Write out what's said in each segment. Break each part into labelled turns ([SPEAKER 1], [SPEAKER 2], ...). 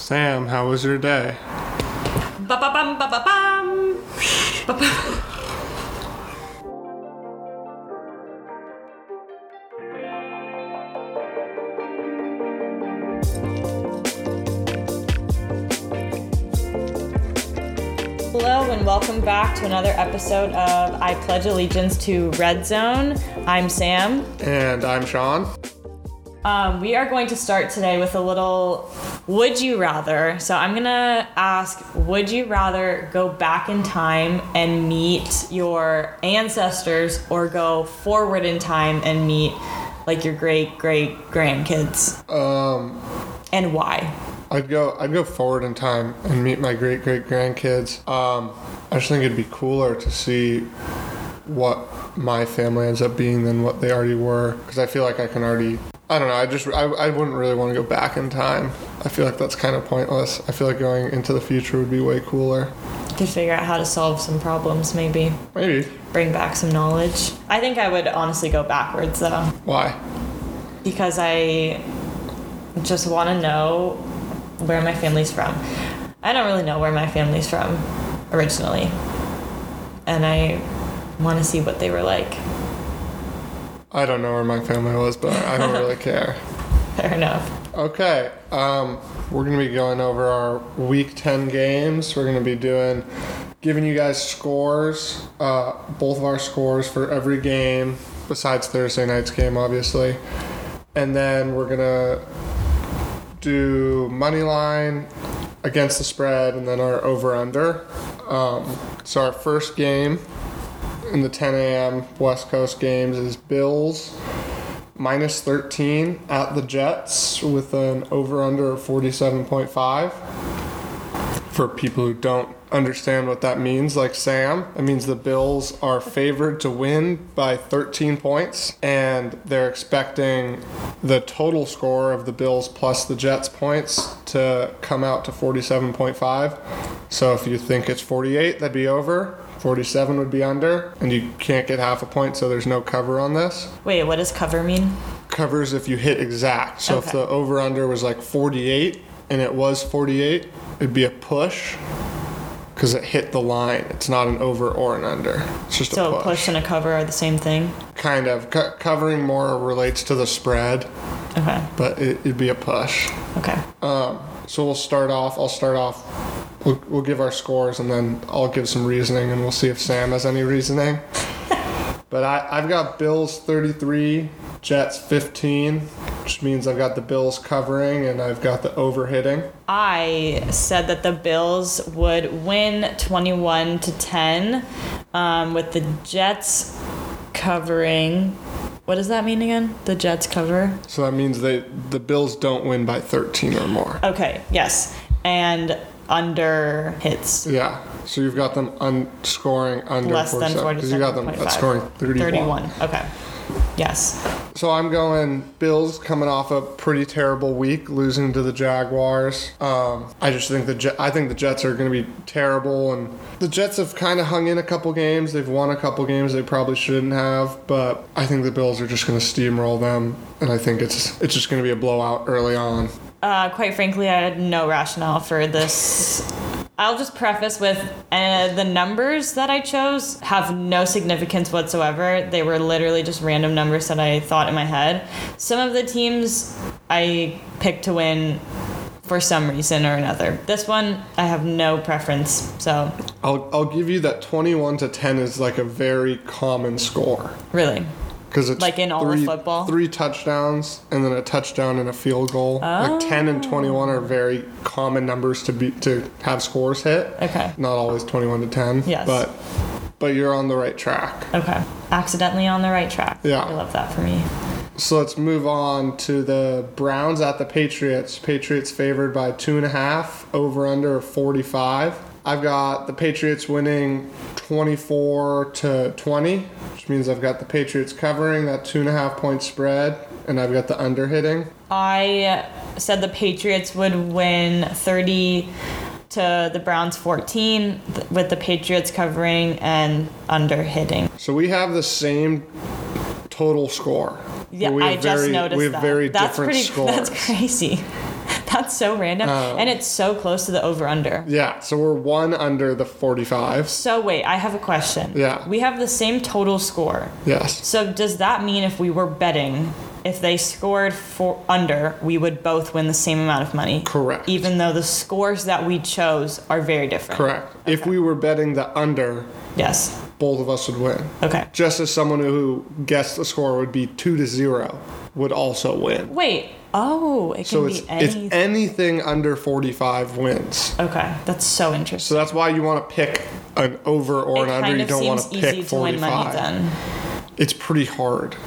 [SPEAKER 1] Sam, how was your day?
[SPEAKER 2] Ba-ba-bum, ba-ba-bum. Ba-ba- Hello and welcome back to another episode of I Pledge Allegiance to Red Zone. I'm Sam.
[SPEAKER 1] And I'm Sean.
[SPEAKER 2] Um, we are going to start today with a little would you rather. So I'm going to ask would you rather go back in time and meet your ancestors or go forward in time and meet like your great great grandkids? Um and why?
[SPEAKER 1] I'd go I'd go forward in time and meet my great great grandkids. Um, I just think it'd be cooler to see what my family ends up being than what they already were because I feel like I can already I don't know I just I, I wouldn't really want to go back in time. I feel like that's kind of pointless. I feel like going into the future would be way cooler.
[SPEAKER 2] Could figure out how to solve some problems maybe.
[SPEAKER 1] Maybe.
[SPEAKER 2] Bring back some knowledge. I think I would honestly go backwards though.
[SPEAKER 1] Why?
[SPEAKER 2] because I just want to know where my family's from. I don't really know where my family's from originally, and I want to see what they were like.
[SPEAKER 1] I don't know where my family was, but I don't really care.
[SPEAKER 2] Fair enough.
[SPEAKER 1] Okay, um, we're gonna be going over our week ten games. We're gonna be doing, giving you guys scores, uh, both of our scores for every game besides Thursday night's game, obviously, and then we're gonna do money line against the spread, and then our over under. Um, so our first game in the 10 a.m. West Coast games is Bills minus 13 at the Jets with an over under of 47.5. For people who don't understand what that means, like Sam, it means the Bills are favored to win by 13 points, and they're expecting the total score of the Bills plus the Jets points to come out to 47.5. So if you think it's 48, that'd be over. 47 would be under, and you can't get half a point, so there's no cover on this
[SPEAKER 2] Wait, what does cover mean?
[SPEAKER 1] covers if you hit exact. So if
[SPEAKER 2] Okay.
[SPEAKER 1] the over under was like 48 and it was 48, it'd be a push because it hit the line. It's not an over or an under. It's just
[SPEAKER 2] So
[SPEAKER 1] a
[SPEAKER 2] a
[SPEAKER 1] push.
[SPEAKER 2] push and a cover are the same thing.
[SPEAKER 1] Kind of. Co- covering more relates to the spread,
[SPEAKER 2] Okay.
[SPEAKER 1] but it, it'd be a push.
[SPEAKER 2] Okay.
[SPEAKER 1] So we'll start off. I'll start off. We'll, we'll give our scores and then I'll give some reasoning and we'll see if Sam has any reasoning. but I, I've got Bills 33, Jets 15, which means I've got the Bills covering and I've got the over hitting.
[SPEAKER 2] I said that the Bills would win 21 to 10 um, with the Jets covering. What does that mean again? The Jets cover?
[SPEAKER 1] So that means they the Bills don't win by 13 or more.
[SPEAKER 2] Okay, yes. And under hits.
[SPEAKER 1] Yeah. So you've got them un- scoring under
[SPEAKER 2] Less than
[SPEAKER 1] 47. 'cause you got them
[SPEAKER 2] 47.5.
[SPEAKER 1] scoring 31.
[SPEAKER 2] 31. Okay. Yes.
[SPEAKER 1] So I'm going Bills coming off a pretty terrible week, losing to the Jaguars. Um, I just think the Je- I think the Jets are going to be terrible, and the Jets have kind of hung in a couple games. They've won a couple games they probably shouldn't have, but I think the Bills are just going to steamroll them, and I think it's it's just going to be a blowout early on.
[SPEAKER 2] Uh, quite frankly, I had no rationale for this. I'll just preface with uh, the numbers that I chose have no significance whatsoever. They were literally just random numbers that I thought in my head. Some of the teams I picked to win for some reason or another. This one, I have no preference. So,
[SPEAKER 1] I'll I'll give you that 21 to 10 is like a very common score
[SPEAKER 2] really.
[SPEAKER 1] because it's
[SPEAKER 2] Like in all of
[SPEAKER 1] three,
[SPEAKER 2] football?
[SPEAKER 1] three touchdowns and then a touchdown and a field goal. Like 10
[SPEAKER 2] Oh.
[SPEAKER 1] and 21 are very common numbers to be to have scores hit.
[SPEAKER 2] Okay.
[SPEAKER 1] Not always 21 to 10.
[SPEAKER 2] Yes.
[SPEAKER 1] But but you're on the right track.
[SPEAKER 2] Okay. Accidentally on the right track.
[SPEAKER 1] Yeah.
[SPEAKER 2] I love that for me.
[SPEAKER 1] So let's move on to the Browns at the Patriots. Patriots favored by two and a half, over under 45. I've got the Patriots winning 24 to 20, which means I've got the Patriots covering that two and a half point spread, and I've got the under hitting.
[SPEAKER 2] I said the Patriots would win 30 to the Browns 14 th- with the Patriots covering and under hitting.
[SPEAKER 1] So we have the same total score.
[SPEAKER 2] Yeah,
[SPEAKER 1] But we
[SPEAKER 2] I
[SPEAKER 1] have
[SPEAKER 2] just
[SPEAKER 1] very-
[SPEAKER 2] noticed
[SPEAKER 1] We have
[SPEAKER 2] that.
[SPEAKER 1] very
[SPEAKER 2] that's
[SPEAKER 1] different
[SPEAKER 2] pretty
[SPEAKER 1] scores.
[SPEAKER 2] that's crazy. not so random,
[SPEAKER 1] Oh.
[SPEAKER 2] and it's so close to the over under.
[SPEAKER 1] Yeah, so we're one under the 45s.
[SPEAKER 2] So wait, I have a question.
[SPEAKER 1] Yeah.
[SPEAKER 2] We have the same total score.
[SPEAKER 1] Yes.
[SPEAKER 2] So does that mean if we were betting, if they scored for under, we would both win the same amount of money?
[SPEAKER 1] Correct.
[SPEAKER 2] Even though the scores that we chose are very different.
[SPEAKER 1] Correct. If we were betting the under,
[SPEAKER 2] Yes.
[SPEAKER 1] both of us would win.
[SPEAKER 2] Okay.
[SPEAKER 1] Just as someone who guessed the score would be 2 to 0 would also win.
[SPEAKER 2] Wait. Oh, it can
[SPEAKER 1] So
[SPEAKER 2] be
[SPEAKER 1] it's
[SPEAKER 2] anything.
[SPEAKER 1] it's anything under 45 wins.
[SPEAKER 2] okay, that's so
[SPEAKER 1] So
[SPEAKER 2] interesting.
[SPEAKER 1] that's why you want to pick an over or an
[SPEAKER 2] it
[SPEAKER 1] under.
[SPEAKER 2] kind
[SPEAKER 1] You
[SPEAKER 2] of
[SPEAKER 1] don't want
[SPEAKER 2] seems
[SPEAKER 1] to
[SPEAKER 2] easy
[SPEAKER 1] pick
[SPEAKER 2] to win money
[SPEAKER 1] 45.
[SPEAKER 2] then.
[SPEAKER 1] It's pretty hard.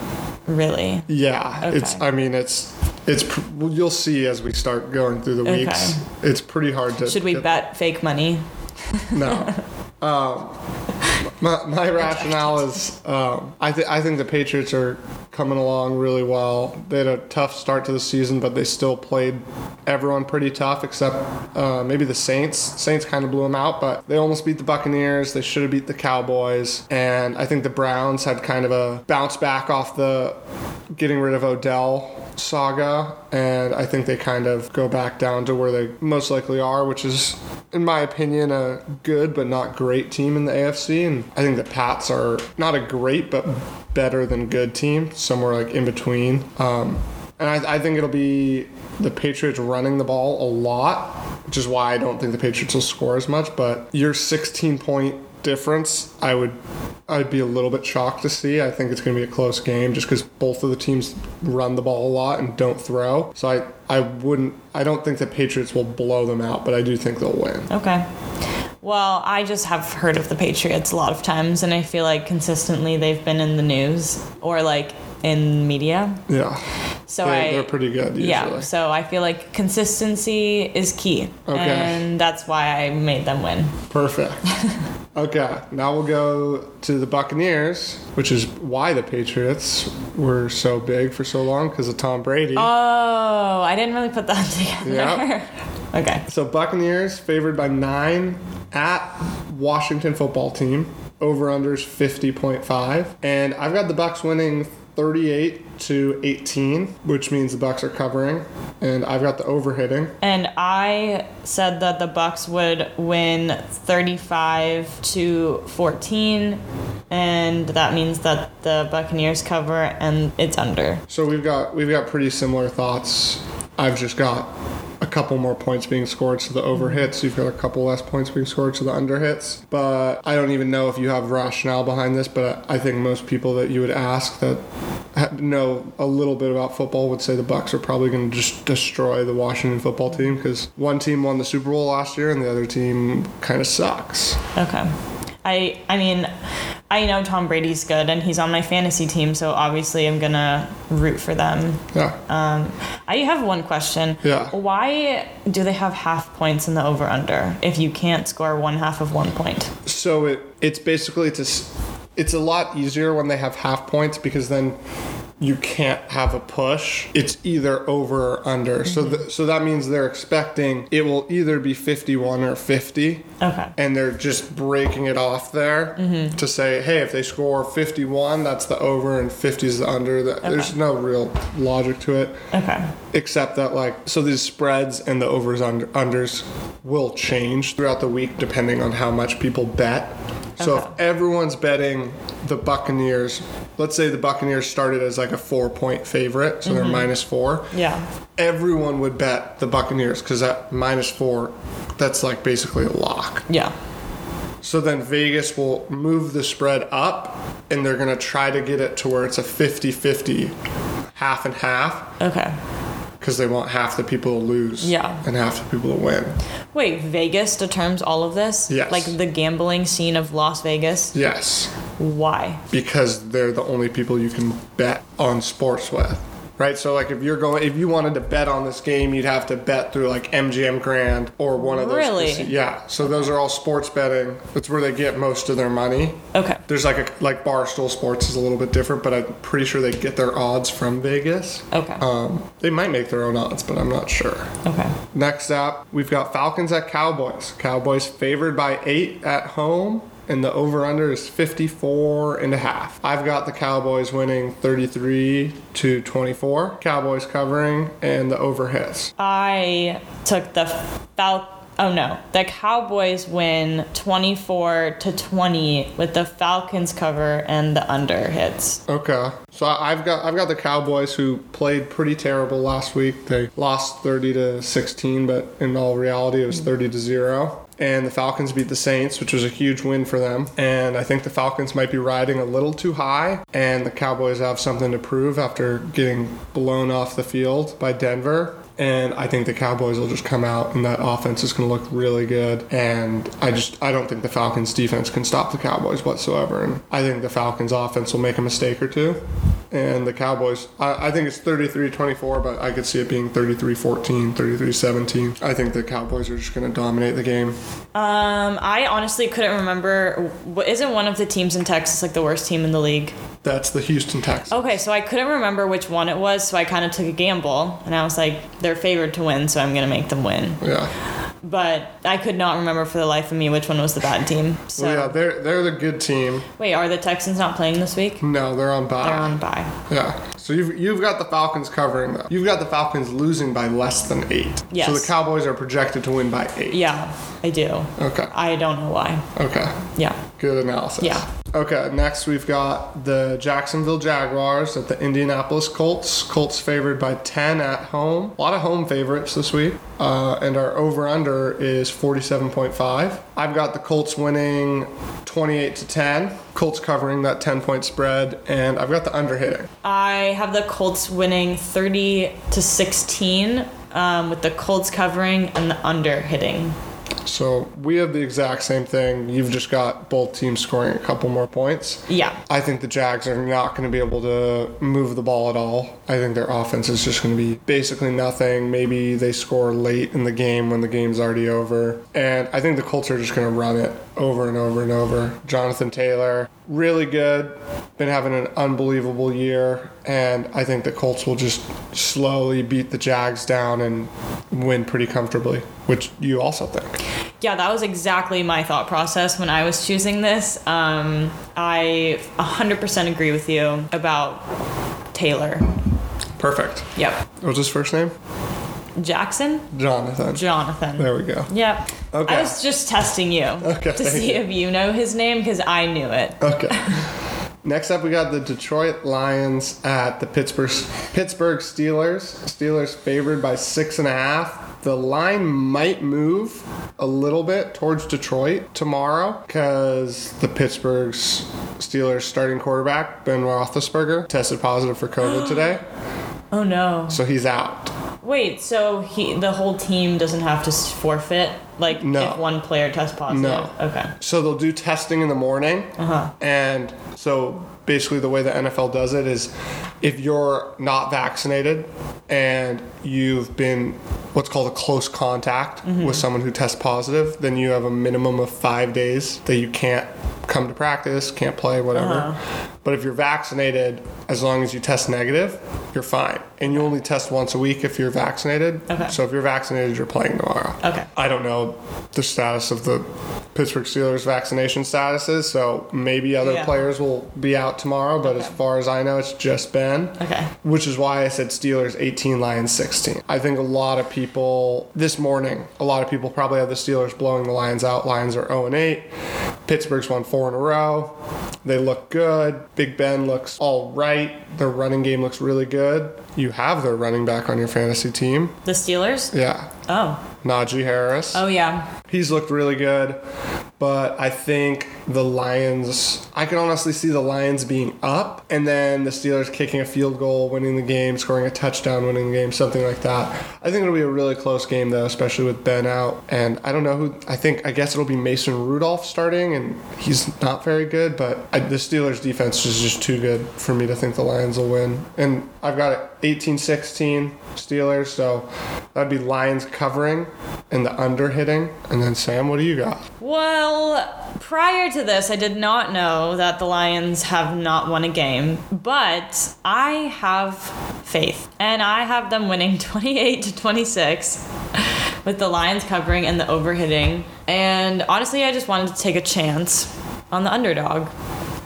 [SPEAKER 2] Really?
[SPEAKER 1] Yeah, it's.
[SPEAKER 2] Okay.
[SPEAKER 1] I mean, it's. It's. pr- well, You'll see as we start going through the
[SPEAKER 2] Okay.
[SPEAKER 1] weeks. It's pretty hard to.
[SPEAKER 2] Should we
[SPEAKER 1] get-
[SPEAKER 2] bet fake money?
[SPEAKER 1] No. um, my my rationale is, um, I think I think the Patriots are coming along really well. They had a tough start to the season, but they still played everyone pretty tough, except uh, maybe the Saints. Saints kind of blew them out, but they almost beat the Buccaneers. They should have beat the Cowboys, and I think the Browns had kind of a bounce back off the getting rid of Odell saga, and I think they kind of go back down to where they most likely are, which is, in my opinion, a good but not great team in the AFC. And I think the Pats are not a great but better than good team, somewhere like in between. Um, and I, I think it'll be the Patriots running the ball a lot, which is why I don't think the Patriots will score as much. But your 16 point difference, I would I'd be a little bit shocked to see. I think it's going to be a close game just because both of the teams run the ball a lot and don't throw. So I I wouldn't I don't think the Patriots will blow them out, but I do think they'll win.
[SPEAKER 2] Okay. Well, I just have heard of the Patriots a lot of times, and I feel like consistently they've been in the news or like in media.
[SPEAKER 1] Yeah,
[SPEAKER 2] So
[SPEAKER 1] they,
[SPEAKER 2] I,
[SPEAKER 1] they're pretty good usually.
[SPEAKER 2] yeah. So I feel like consistency is key,
[SPEAKER 1] Okay.
[SPEAKER 2] and that's why I made them win.
[SPEAKER 1] Perfect. okay, now we'll go to the Buccaneers, which is why the Patriots were so big for so long because of Tom Brady.
[SPEAKER 2] Oh, I didn't really put that together.
[SPEAKER 1] Yeah.
[SPEAKER 2] okay.
[SPEAKER 1] So Buccaneers favored by nine at Washington football team. Over unders 50.5. And I've got the Bucks winning 38 to 18, which means the Bucks are covering. And I've got the over hitting.
[SPEAKER 2] And I said that the Bucks would win 35 to 14, and that means that the Buccaneers cover and it's under.
[SPEAKER 1] So we've got we've got pretty similar thoughts. I've just got a couple more points being scored to the over hits. You've got a couple less points being scored to the under hits. But I don't even know if you have rationale behind this. But I think most people that you would ask that ha- know a little bit about football would say the Bucks are probably going to just destroy the Washington football team because one team won the Super Bowl last year and the other team kind of sucks.
[SPEAKER 2] Okay. I I mean, I know Tom Brady's good and he's on my fantasy team, so obviously I'm gonna root for them.
[SPEAKER 1] Yeah.
[SPEAKER 2] Um, I have one question.
[SPEAKER 1] Yeah.
[SPEAKER 2] Why do they have half points in the over under if you can't score one half of one point?
[SPEAKER 1] so it it's basically to s- it's a lot easier when they have half points because then you can't have a push. It's either over or under. So th- so that means they're expecting it will either be 51 or 50
[SPEAKER 2] Okay.
[SPEAKER 1] and they're just breaking it off there to say, "Hey, if they score 51, that's the over and 50 is the under." That there's no real logic to it
[SPEAKER 2] Okay.
[SPEAKER 1] except that like so these spreads and the overs under unders will change throughout the week depending on how much people bet so if everyone's betting the buccaneers let's say the buccaneers started as like a four point favorite so they're minus four
[SPEAKER 2] Yeah.
[SPEAKER 1] everyone would bet the buccaneers because that minus four that's like basically a lock
[SPEAKER 2] Yeah.
[SPEAKER 1] so then Vegas will move the spread up and they're going to try to get it to where it's a 50 50, half and half,
[SPEAKER 2] Okay.
[SPEAKER 1] because they want half the people to lose
[SPEAKER 2] Yeah.
[SPEAKER 1] and half the people to win.
[SPEAKER 2] Wait, Vegas determines all of this?
[SPEAKER 1] Yes.
[SPEAKER 2] Like the gambling scene of Las Vegas?
[SPEAKER 1] Yes,
[SPEAKER 2] Why?
[SPEAKER 1] because they're the only people you can bet on sports with. Right, so like if you're going, if you wanted to bet on this game, you'd have to bet through like MGM Grand or one of those.
[SPEAKER 2] Really?
[SPEAKER 1] casi- Yeah. So those are all sports betting. That's where they get most of their money.
[SPEAKER 2] Okay.
[SPEAKER 1] There's like a like Barstool Sports is a little bit different, but I'm pretty sure they get their odds from Vegas.
[SPEAKER 2] Okay.
[SPEAKER 1] Um, they might make their own odds, but I'm not sure.
[SPEAKER 2] Okay.
[SPEAKER 1] Next up, we've got Falcons at Cowboys. Cowboys favored by eight at home. and the over under is 54 and a half. I've got the Cowboys winning 33 to 24. Cowboys covering and the over hits.
[SPEAKER 2] I took the Fal. Oh no, the Cowboys win 24 to 20 with the Falcons cover and the under hits.
[SPEAKER 1] Okay. So I- I've got I've got the Cowboys who played pretty terrible last week. They lost 30 to 16, but in all reality it was 30 to 0. And the Falcons beat the Saints, which was a huge win for them. And I think the Falcons might be riding a little too high, and the Cowboys have something to prove after getting blown off the field by Denver. And I think the Cowboys will just come out, and that offense is going to look really good. And I just I don't think the Falcons defense can stop the Cowboys whatsoever. And I think the Falcons offense will make a mistake or two. And the Cowboys, I, I think it's 33-24, but I could see it being 33-14, 33-17. I think the Cowboys are just going to dominate the game.
[SPEAKER 2] Um, I honestly couldn't remember. wh- Isn't one of the teams in Texas like the worst team in the league?
[SPEAKER 1] That's the Houston Texans.
[SPEAKER 2] Okay, so I couldn't remember which one it was, so I kind of took a gamble, and I was like, they're favored to win, so I'm gonna make them win.
[SPEAKER 1] Yeah.
[SPEAKER 2] But I could not remember for the life of me which one was the bad team. So
[SPEAKER 1] Well, yeah, they're they're the good team.
[SPEAKER 2] wait, are the Texans not playing this week?
[SPEAKER 1] No, they're on bye.
[SPEAKER 2] They're on bye.
[SPEAKER 1] Yeah. So you've you've got the Falcons covering though. You've got the Falcons losing by less than eight.
[SPEAKER 2] Yes.
[SPEAKER 1] So the Cowboys are projected to win by eight.
[SPEAKER 2] Yeah, I do.
[SPEAKER 1] Okay.
[SPEAKER 2] I don't know why.
[SPEAKER 1] Okay.
[SPEAKER 2] Yeah.
[SPEAKER 1] Good analysis.
[SPEAKER 2] Yeah.
[SPEAKER 1] Okay, next we've got the Jacksonville Jaguars at the Indianapolis Colts. Colts favored by 10 at home. A lot of home favorites this week. Uh, and our over under is 47.5. I've got the Colts winning 28 to 10. Colts covering that 10 point spread. And I've got the under hitting.
[SPEAKER 2] I have the Colts winning 30 to 16 um, with the Colts covering and the under hitting.
[SPEAKER 1] So we have the exact same thing. You've just got both teams scoring a couple more points.
[SPEAKER 2] Yeah.
[SPEAKER 1] I think the Jags are not going to be able to move the ball at all. I think their offense is just going to be basically nothing. Maybe they score late in the game when the game's already over. And I think the Colts are just going to run it over and over and over. Jonathan Taylor, really good. Been having an unbelievable year. And I think the Colts will just slowly beat the Jags down and win pretty comfortably, which you also think.
[SPEAKER 2] Yeah, that was exactly my thought process when I was choosing this. Um, I 100% agree with you about Taylor.
[SPEAKER 1] Perfect.
[SPEAKER 2] Yep.
[SPEAKER 1] What was his first name?
[SPEAKER 2] Jackson?
[SPEAKER 1] Jonathan.
[SPEAKER 2] Jonathan.
[SPEAKER 1] there we go.
[SPEAKER 2] Yep.
[SPEAKER 1] Okay.
[SPEAKER 2] I was just testing you
[SPEAKER 1] Okay,
[SPEAKER 2] to
[SPEAKER 1] thank
[SPEAKER 2] see
[SPEAKER 1] you.
[SPEAKER 2] if you know his name because I knew it.
[SPEAKER 1] Okay. Next up, we got the Detroit Lions at the Pittsburgh Pittsburgh Steelers. Steelers favored by six and a half. The line might move a little bit towards Detroit tomorrow because the Pittsburgh Steelers starting quarterback Ben Roethlisberger tested positive for COVID today,
[SPEAKER 2] Oh no.
[SPEAKER 1] so he's out.
[SPEAKER 2] Wait, so he the whole team doesn't have to s- forfeit like
[SPEAKER 1] No.
[SPEAKER 2] if one player tests positive.
[SPEAKER 1] No.
[SPEAKER 2] Okay.
[SPEAKER 1] So they'll do testing in the morning.
[SPEAKER 2] Uh-huh.
[SPEAKER 1] And so basically, the way the NFL does it is if you're not vaccinated and you've been what's called a close contact
[SPEAKER 2] Mm-hmm.
[SPEAKER 1] with someone who tests positive, then you have a minimum of five days that you can't come to practice, can't play, whatever.
[SPEAKER 2] Uh-huh.
[SPEAKER 1] But if you're vaccinated, as long as you test negative, you're fine. And you only test once a week if you're vaccinated.
[SPEAKER 2] Okay.
[SPEAKER 1] So if you're vaccinated, you're playing tomorrow.
[SPEAKER 2] Okay.
[SPEAKER 1] I don't know the status of the Pittsburgh Steelers vaccination statuses, so maybe other
[SPEAKER 2] Yeah.
[SPEAKER 1] players will be out tomorrow, but as
[SPEAKER 2] Okay.
[SPEAKER 1] far as I know, it's just Ben.
[SPEAKER 2] Okay.
[SPEAKER 1] Which is why I said Steelers 18, Lions 16. I think a lot of people, this morning, a lot of people probably have the Steelers blowing the Lions out. Lions are 0 and 8. Pittsburgh's won four in a row. They look good. Big Ben looks all right. Their running game looks really good. You have their running back on your fantasy team.
[SPEAKER 2] The Steelers?
[SPEAKER 1] Yeah.
[SPEAKER 2] Oh.
[SPEAKER 1] Najee Harris.
[SPEAKER 2] Oh yeah.
[SPEAKER 1] He's looked really good, but I think the Lions, I can honestly see the Lions being up and then the Steelers kicking a field goal, winning the game, scoring a touchdown, winning the game, something like that. I think it'll be a really close game though, especially with Ben out. And I don't know who, I think, I guess it'll be Mason Rudolph starting, and he's not very good, but I, the Steelers defense is just too good for me to think the Lions will win. And I've got it 18 16 Steelers, so that'd be Lions covering and the under hitting. And then, Sam, what do you got?
[SPEAKER 2] Well, prior to this, I did not know that the Lions have not won a game, but I have faith and I have them winning 28 to 26 with the Lions covering and the overhitting. And honestly, I just wanted to take a chance on the underdog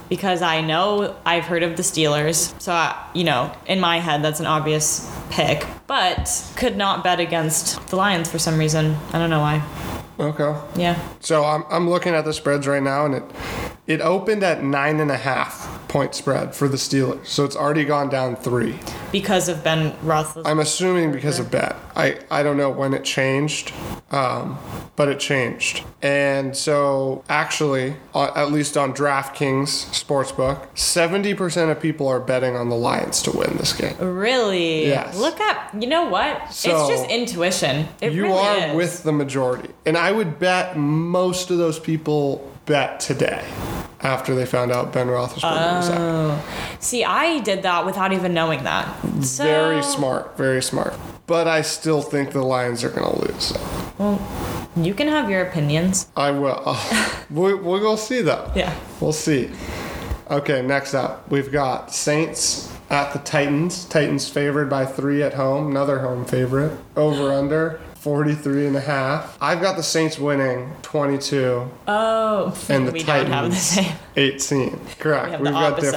[SPEAKER 2] because I know I've heard of the Steelers. So, I, you know, in my head, that's an obvious pick, but could not bet against the Lions for some reason. I don't know why.
[SPEAKER 1] Okay.
[SPEAKER 2] Yeah.
[SPEAKER 1] So I'm, I'm looking at the spreads right now, and it it opened at nine and a half point spread for the Steelers. So it's already gone down three.
[SPEAKER 2] Because of Ben Roethlisberger.
[SPEAKER 1] I'm assuming because of bet. I, I don't know when it changed, um, but it changed. And so, actually, uh, at least on DraftKings Sportsbook, 70% of people are betting on the Lions to win this game.
[SPEAKER 2] Really?
[SPEAKER 1] Yes.
[SPEAKER 2] Look up. You know what?
[SPEAKER 1] So,
[SPEAKER 2] it's just intuition. It
[SPEAKER 1] you
[SPEAKER 2] really
[SPEAKER 1] are
[SPEAKER 2] is.
[SPEAKER 1] with the majority. And I would bet most of those people bet today after they found out Ben Roethlisberger was out.
[SPEAKER 2] Oh. See, I did that without even knowing that. So,
[SPEAKER 1] Very smart, very smart. But I still think the Lions are going to lose.
[SPEAKER 2] You can have your opinions.
[SPEAKER 1] I will. Oh, we, we'll go see though.
[SPEAKER 2] Yeah.
[SPEAKER 1] We'll see. Okay, next up, we've got Saints at the Titans. Titans favored by three at home, another home favorite. Over under 43 and a half. I've got the Saints winning 22
[SPEAKER 2] Oh,
[SPEAKER 1] and the
[SPEAKER 2] we
[SPEAKER 1] Titans
[SPEAKER 2] don't have the same.
[SPEAKER 1] 18. Correct.
[SPEAKER 2] We have
[SPEAKER 1] have
[SPEAKER 2] the
[SPEAKER 1] got
[SPEAKER 2] opposite.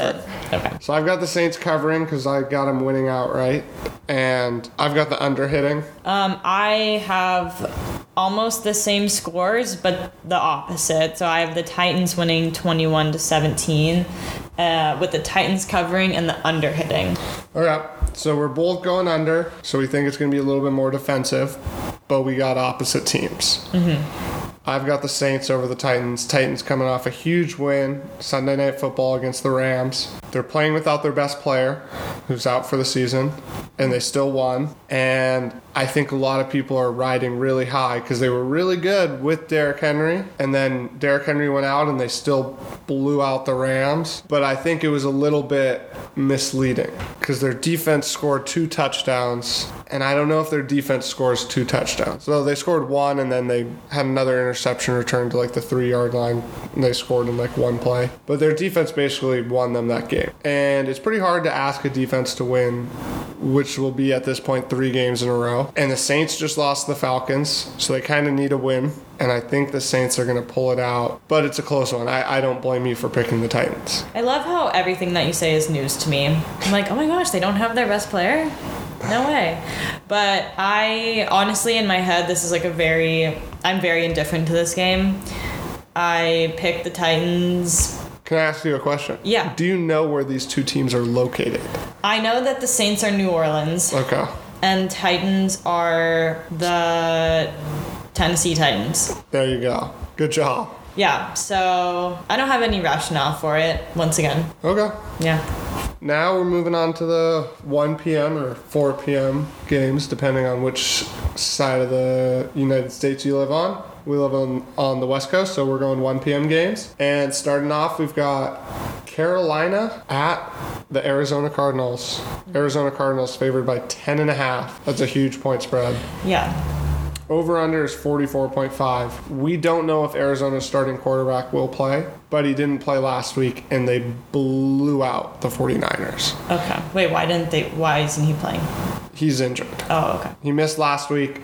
[SPEAKER 1] different.
[SPEAKER 2] Okay.
[SPEAKER 1] So I've got the Saints covering because I got them winning outright, and I've got the under hitting.
[SPEAKER 2] Um, I have almost the same scores, but the opposite. So I have the Titans winning 21 to 17, uh, with the Titans covering and the under hitting.
[SPEAKER 1] All right. So we're both going under. So we think it's going to be a little bit more defensive, but we got opposite teams. Mm-hmm. I've got the Saints over the Titans. Titans coming off a huge win Sunday Night Football against the Rams. They're playing without their best player, who's out for the season, and they still won. And I think a lot of people are riding really high because they were really good with Derrick Henry, and then Derrick Henry went out and they still blew out the Rams. But I think it was a little bit misleading because their defense scored two touchdowns, and I don't know if their defense scores two touchdowns. So they scored one, and then they had another interception return to like the three yard line, and they scored in like one play. But their defense basically won them that game, and it's pretty hard to ask a defense to win. Which will be at this point three games in a row. And the Saints just lost to the Falcons, so they kind of need a win. And I think the Saints are going to pull it out, but it's a close one. I, I don't blame you for picking the Titans.
[SPEAKER 2] I love how everything that you say is news to me. I'm like, oh my gosh, they don't have their best player? No way. But I honestly, in my head, this is like a very, I'm very indifferent to this game. I picked the Titans.
[SPEAKER 1] Can I ask you a question?
[SPEAKER 2] Yeah.
[SPEAKER 1] Do you know where these two teams are located?
[SPEAKER 2] I know that the Saints are New Orleans
[SPEAKER 1] Okay.
[SPEAKER 2] and Titans are the Tennessee Titans.
[SPEAKER 1] There you go. Good job.
[SPEAKER 2] Yeah, so I don't have any rationale for it, once again.
[SPEAKER 1] Okay.
[SPEAKER 2] Yeah.
[SPEAKER 1] Now we're moving on to the 1 p.m. or 4 p.m. games, depending on which side of the United States you live on. We live on, on the West Coast, so we're going 1 p.m. games. And starting off, we've got Carolina at the Arizona Cardinals. Arizona Cardinals favored by 10.5. That's a huge point spread.
[SPEAKER 2] Yeah.
[SPEAKER 1] Over under is 44.5. We don't know if Arizona's starting quarterback will play, but he didn't play last week and they blew out the 49ers.
[SPEAKER 2] Okay. Wait, why didn't they, why isn't he playing?
[SPEAKER 1] He's injured.
[SPEAKER 2] Oh, okay.
[SPEAKER 1] He missed last week,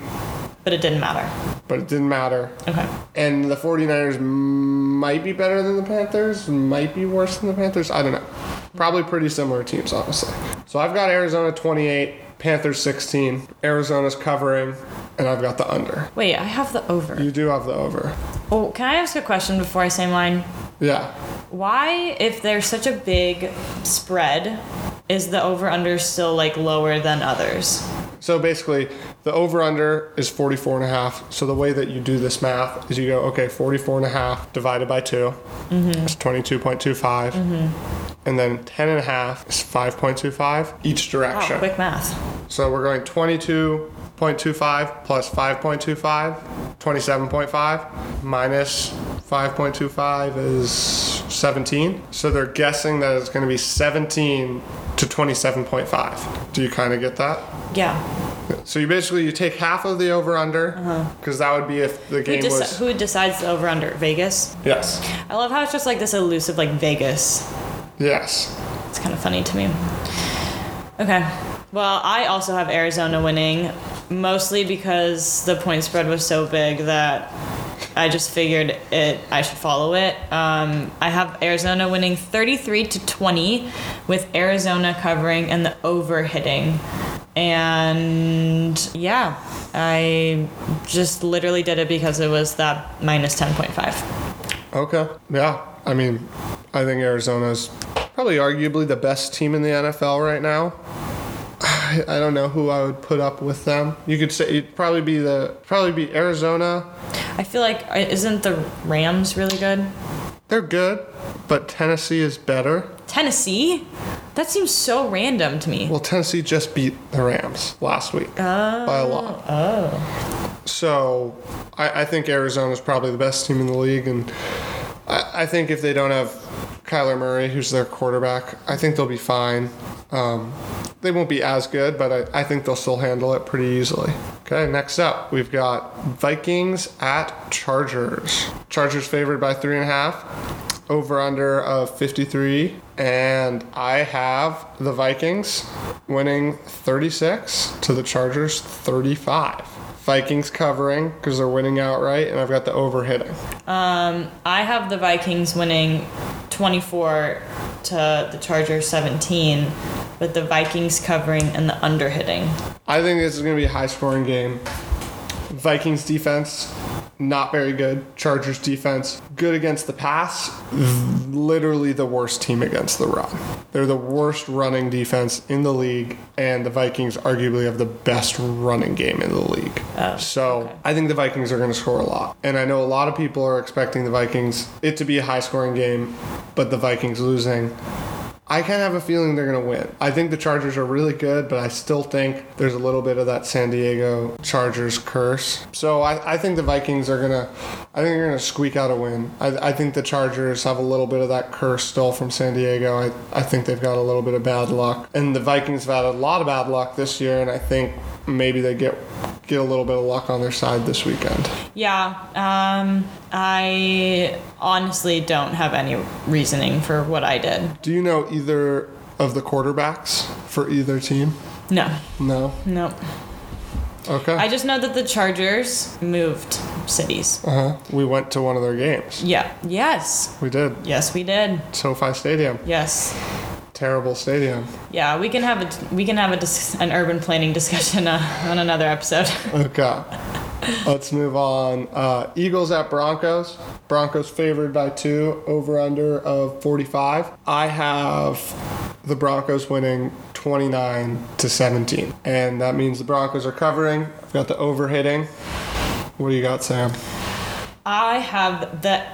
[SPEAKER 2] But it didn't matter.
[SPEAKER 1] but it didn't matter.
[SPEAKER 2] Okay.
[SPEAKER 1] And the 49ers might be better than the Panthers, might be worse than the Panthers. I don't know. Probably pretty similar teams, honestly. So I've got Arizona 28, Panthers 16. Arizona's covering, and I've got the under.
[SPEAKER 2] Wait, I have the over.
[SPEAKER 1] You do have the over.
[SPEAKER 2] Oh, can I ask a question before I say mine?
[SPEAKER 1] Yeah.
[SPEAKER 2] Why, if there's such a big spread, is the over under still like lower than others?
[SPEAKER 1] So basically, the over under is 44 and a half. So the way that you do this math is you go, okay, 44 and a half divided by 2 is 22.25. And then 10 and a half is 5.25 each
[SPEAKER 2] Wow,
[SPEAKER 1] direction.
[SPEAKER 2] quick math.
[SPEAKER 1] so we're going 22.25 plus 5.25, 27.5 minus 5.25 is 17. So they're guessing that it's going to be 17 to 27.5. Do you kind of get that?
[SPEAKER 2] Yeah.
[SPEAKER 1] So you basically you take half of the over under because that would be if the
[SPEAKER 2] Uh-huh. Who,
[SPEAKER 1] game
[SPEAKER 2] deci-
[SPEAKER 1] was
[SPEAKER 2] who decides the over under? Vegas?
[SPEAKER 1] yes
[SPEAKER 2] I love how it's just like this elusive, like Vegas.
[SPEAKER 1] yes
[SPEAKER 2] It's kind of funny to me. Okay. Well, I also have Arizona winning, mostly because the point spread was so big that I just figured it. I should follow it. Um, I have Arizona winning 33 to 20, with Arizona covering and the over hitting. And yeah, I just literally did it because it was that minus 10.5.
[SPEAKER 1] Okay. Yeah. I mean, I think Arizona's probably arguably the best team in the NFL right now. I, I don't know who I would put up with them. You could say it'd probably be the probably be Arizona.
[SPEAKER 2] I feel like uh, isn't the Rams really good?
[SPEAKER 1] They're good, but Tennessee is better.
[SPEAKER 2] Tennessee? That seems so random to me.
[SPEAKER 1] Well, Tennessee just beat the Rams last week by a lot.
[SPEAKER 2] Oh.
[SPEAKER 1] So I, I think Arizona's probably the best team in the league, and I, I think if they don't have Kyler Murray, who's their quarterback, I think they'll be fine. Um, they won't be as good, but I, I think they'll still handle it pretty easily. Okay, next up, we've got Vikings at Chargers. Chargers favored by three and a half, over under of 53. And I have the Vikings winning 36 to the Chargers 35. Vikings covering because they're winning outright, and I've got the over hitting.
[SPEAKER 2] I have the Vikings winning 24 to the Chargers 17, with the Vikings covering and the under hitting.
[SPEAKER 1] I think this is going to be a high scoring game. Vikings defense, not very good. Chargers defense, good against the pass, literally the worst team against the run. They're the worst running defense in the league, and the Vikings arguably have the best running game in the league. so I think the Vikings are going to score a lot. And I know a lot of people are expecting the Vikings, it to be a high scoring game, but the Vikings losing. I kind of have a feeling they're going to win. I think the Chargers are really good, but I still think there's a little bit of that San Diego Chargers curse. So I, I think the Vikings are going to, I think they're going to squeak out a win. I, I think the Chargers have a little bit of that curse still from San Diego. I, I think they've got a little bit of bad luck. And the Vikings have had a lot of bad luck this year, and I think maybe they get get a little bit of luck on their side this weekend.
[SPEAKER 2] Yeah, um, I honestly don't have any reasoning for what I did.
[SPEAKER 1] Do you know either of the quarterbacks for either team?
[SPEAKER 2] No,
[SPEAKER 1] No.
[SPEAKER 2] no.
[SPEAKER 1] Okay.
[SPEAKER 2] I just know that the Chargers moved cities.
[SPEAKER 1] Uh-huh. We went to one of their games.
[SPEAKER 2] Yeah. Yes.
[SPEAKER 1] We did.
[SPEAKER 2] Yes, we did.
[SPEAKER 1] SoFi Stadium.
[SPEAKER 2] Yes.
[SPEAKER 1] Terrible stadium.
[SPEAKER 2] Yeah, we can have a we can have a dis- an urban planning discussion uh, on another episode.
[SPEAKER 1] Okay. Let's move on. Uh, Eagles at Broncos. Broncos favored by two, over under of 45. I have the Broncos winning 29 to 17. And that means the Broncos are covering. I've got the over hitting. What do you got, Sam?
[SPEAKER 2] I have the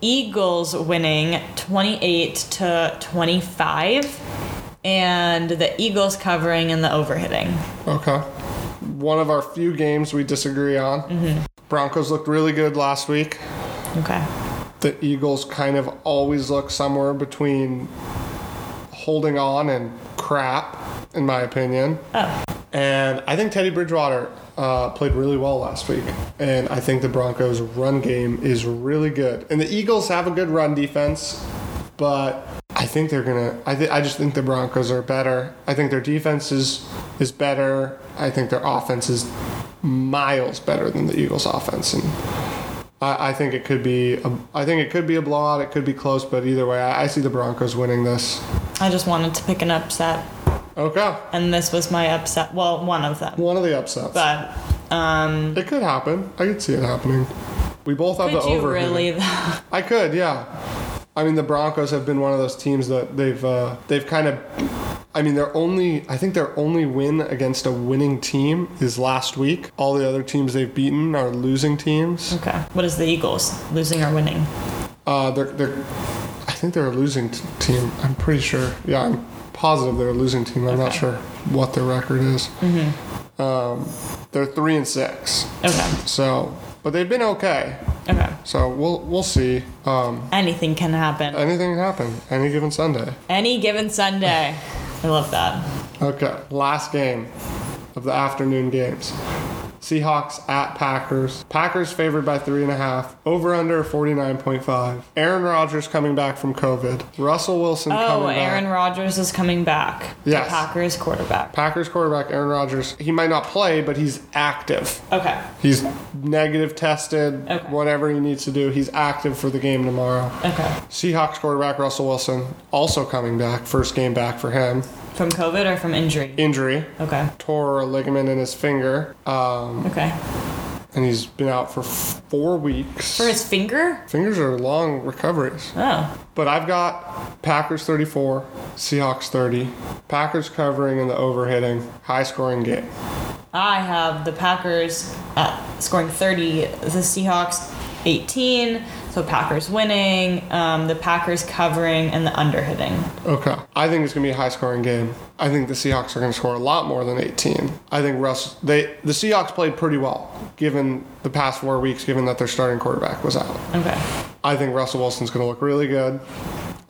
[SPEAKER 2] Eagles winning 28 to 25 and the Eagles covering and the overhitting.
[SPEAKER 1] Okay. One of our few games we disagree on. Broncos looked really good last week.
[SPEAKER 2] Okay.
[SPEAKER 1] the Eagles kind of always look somewhere between holding on and crap, in my opinion.
[SPEAKER 2] Oh.
[SPEAKER 1] And I think Teddy Bridgewater uh, played really well last week. And I think the Broncos' run game is really good. And the Eagles have a good run defense, but I think they're gonna. I th- I just think the Broncos are better. I think their defense is is better. I think their offense is miles better than the Eagles' offense. And I, I think it could be. A, I think it could be a blowout. It could be close, but either way, I, I see the Broncos winning this.
[SPEAKER 2] I just wanted to pick an upset
[SPEAKER 1] Okay,
[SPEAKER 2] and this was my upset, well, one of them.
[SPEAKER 1] one of the upsets.
[SPEAKER 2] But um
[SPEAKER 1] It could happen. I could see it happening. We both have
[SPEAKER 2] could
[SPEAKER 1] the
[SPEAKER 2] you
[SPEAKER 1] over. here.
[SPEAKER 2] really
[SPEAKER 1] I could, yeah. I mean, the Broncos have been one of those teams that they've uh, they've kind of. I mean, their only I think their only win against a winning team is last week. All the other teams they've beaten are losing teams.
[SPEAKER 2] Okay. What is the Eagles losing or winning?
[SPEAKER 1] Uh, they're they're. I think they're a losing t- team. I'm pretty sure. Yeah, I'm positive they're a losing team. I'm not
[SPEAKER 2] Okay.
[SPEAKER 1] sure what their record is. Mm-hmm. Um, they're three and six.
[SPEAKER 2] Okay.
[SPEAKER 1] So, but they've been okay.
[SPEAKER 2] Okay.
[SPEAKER 1] So we'll we'll see. Um,
[SPEAKER 2] Anything can happen.
[SPEAKER 1] anything can happen any given Sunday.
[SPEAKER 2] Any given Sunday. I love that.
[SPEAKER 1] Okay, last game of the afternoon games. Seahawks at Packers. Packers favored by three and a half. Over under 49.5. Aaron Rodgers coming back from COVID. Russell Wilson
[SPEAKER 2] Oh,
[SPEAKER 1] coming
[SPEAKER 2] Aaron
[SPEAKER 1] back.
[SPEAKER 2] Rodgers is coming back.
[SPEAKER 1] Yes.
[SPEAKER 2] The Packers quarterback.
[SPEAKER 1] Packers quarterback Aaron Rodgers. He might not play, but he's active.
[SPEAKER 2] Okay.
[SPEAKER 1] He's negative tested,
[SPEAKER 2] Okay.
[SPEAKER 1] whatever he needs to do. He's active for the game tomorrow.
[SPEAKER 2] Okay.
[SPEAKER 1] Seahawks quarterback Russell Wilson also coming back. First game back for him.
[SPEAKER 2] From COVID or from injury?
[SPEAKER 1] Injury.
[SPEAKER 2] Okay.
[SPEAKER 1] Tore a ligament in his finger, um,
[SPEAKER 2] Okay.
[SPEAKER 1] and he's been out for four weeks.
[SPEAKER 2] For his finger?
[SPEAKER 1] Fingers are long recoveries.
[SPEAKER 2] Oh.
[SPEAKER 1] But I've got Packers 34, Seahawks 30. Packers covering in the overhitting, high scoring game.
[SPEAKER 2] I have the Packers at scoring 30, the Seahawks 18. So Packers winning, um, the Packers covering, and the under hitting.
[SPEAKER 1] Okay. I think it's going to be a high scoring game. I think the Seahawks are going to score a lot more than 18. I think Russ, they, the Seahawks played pretty well given the past four weeks, given that their starting quarterback was out.
[SPEAKER 2] Okay.
[SPEAKER 1] I think Russell Wilson's going to look really good.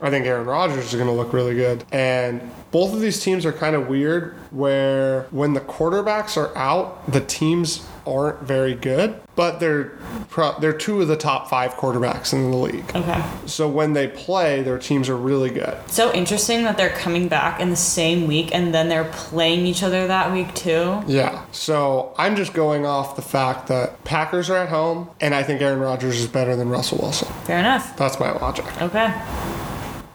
[SPEAKER 1] I think Aaron Rodgers is going to look really good. And both of these teams are kind of weird where when the quarterbacks are out, the teams aren't very good, but they're pro- they're two of the top 5 quarterbacks in the league.
[SPEAKER 2] Okay.
[SPEAKER 1] So when they play, their teams are really good.
[SPEAKER 2] So interesting that they're coming back in the same week and then they're playing each other that week too.
[SPEAKER 1] Yeah. So I'm just going off the fact that Packers are at home and I think Aaron Rodgers is better than Russell Wilson.
[SPEAKER 2] Fair enough.
[SPEAKER 1] That's my logic.
[SPEAKER 2] Okay.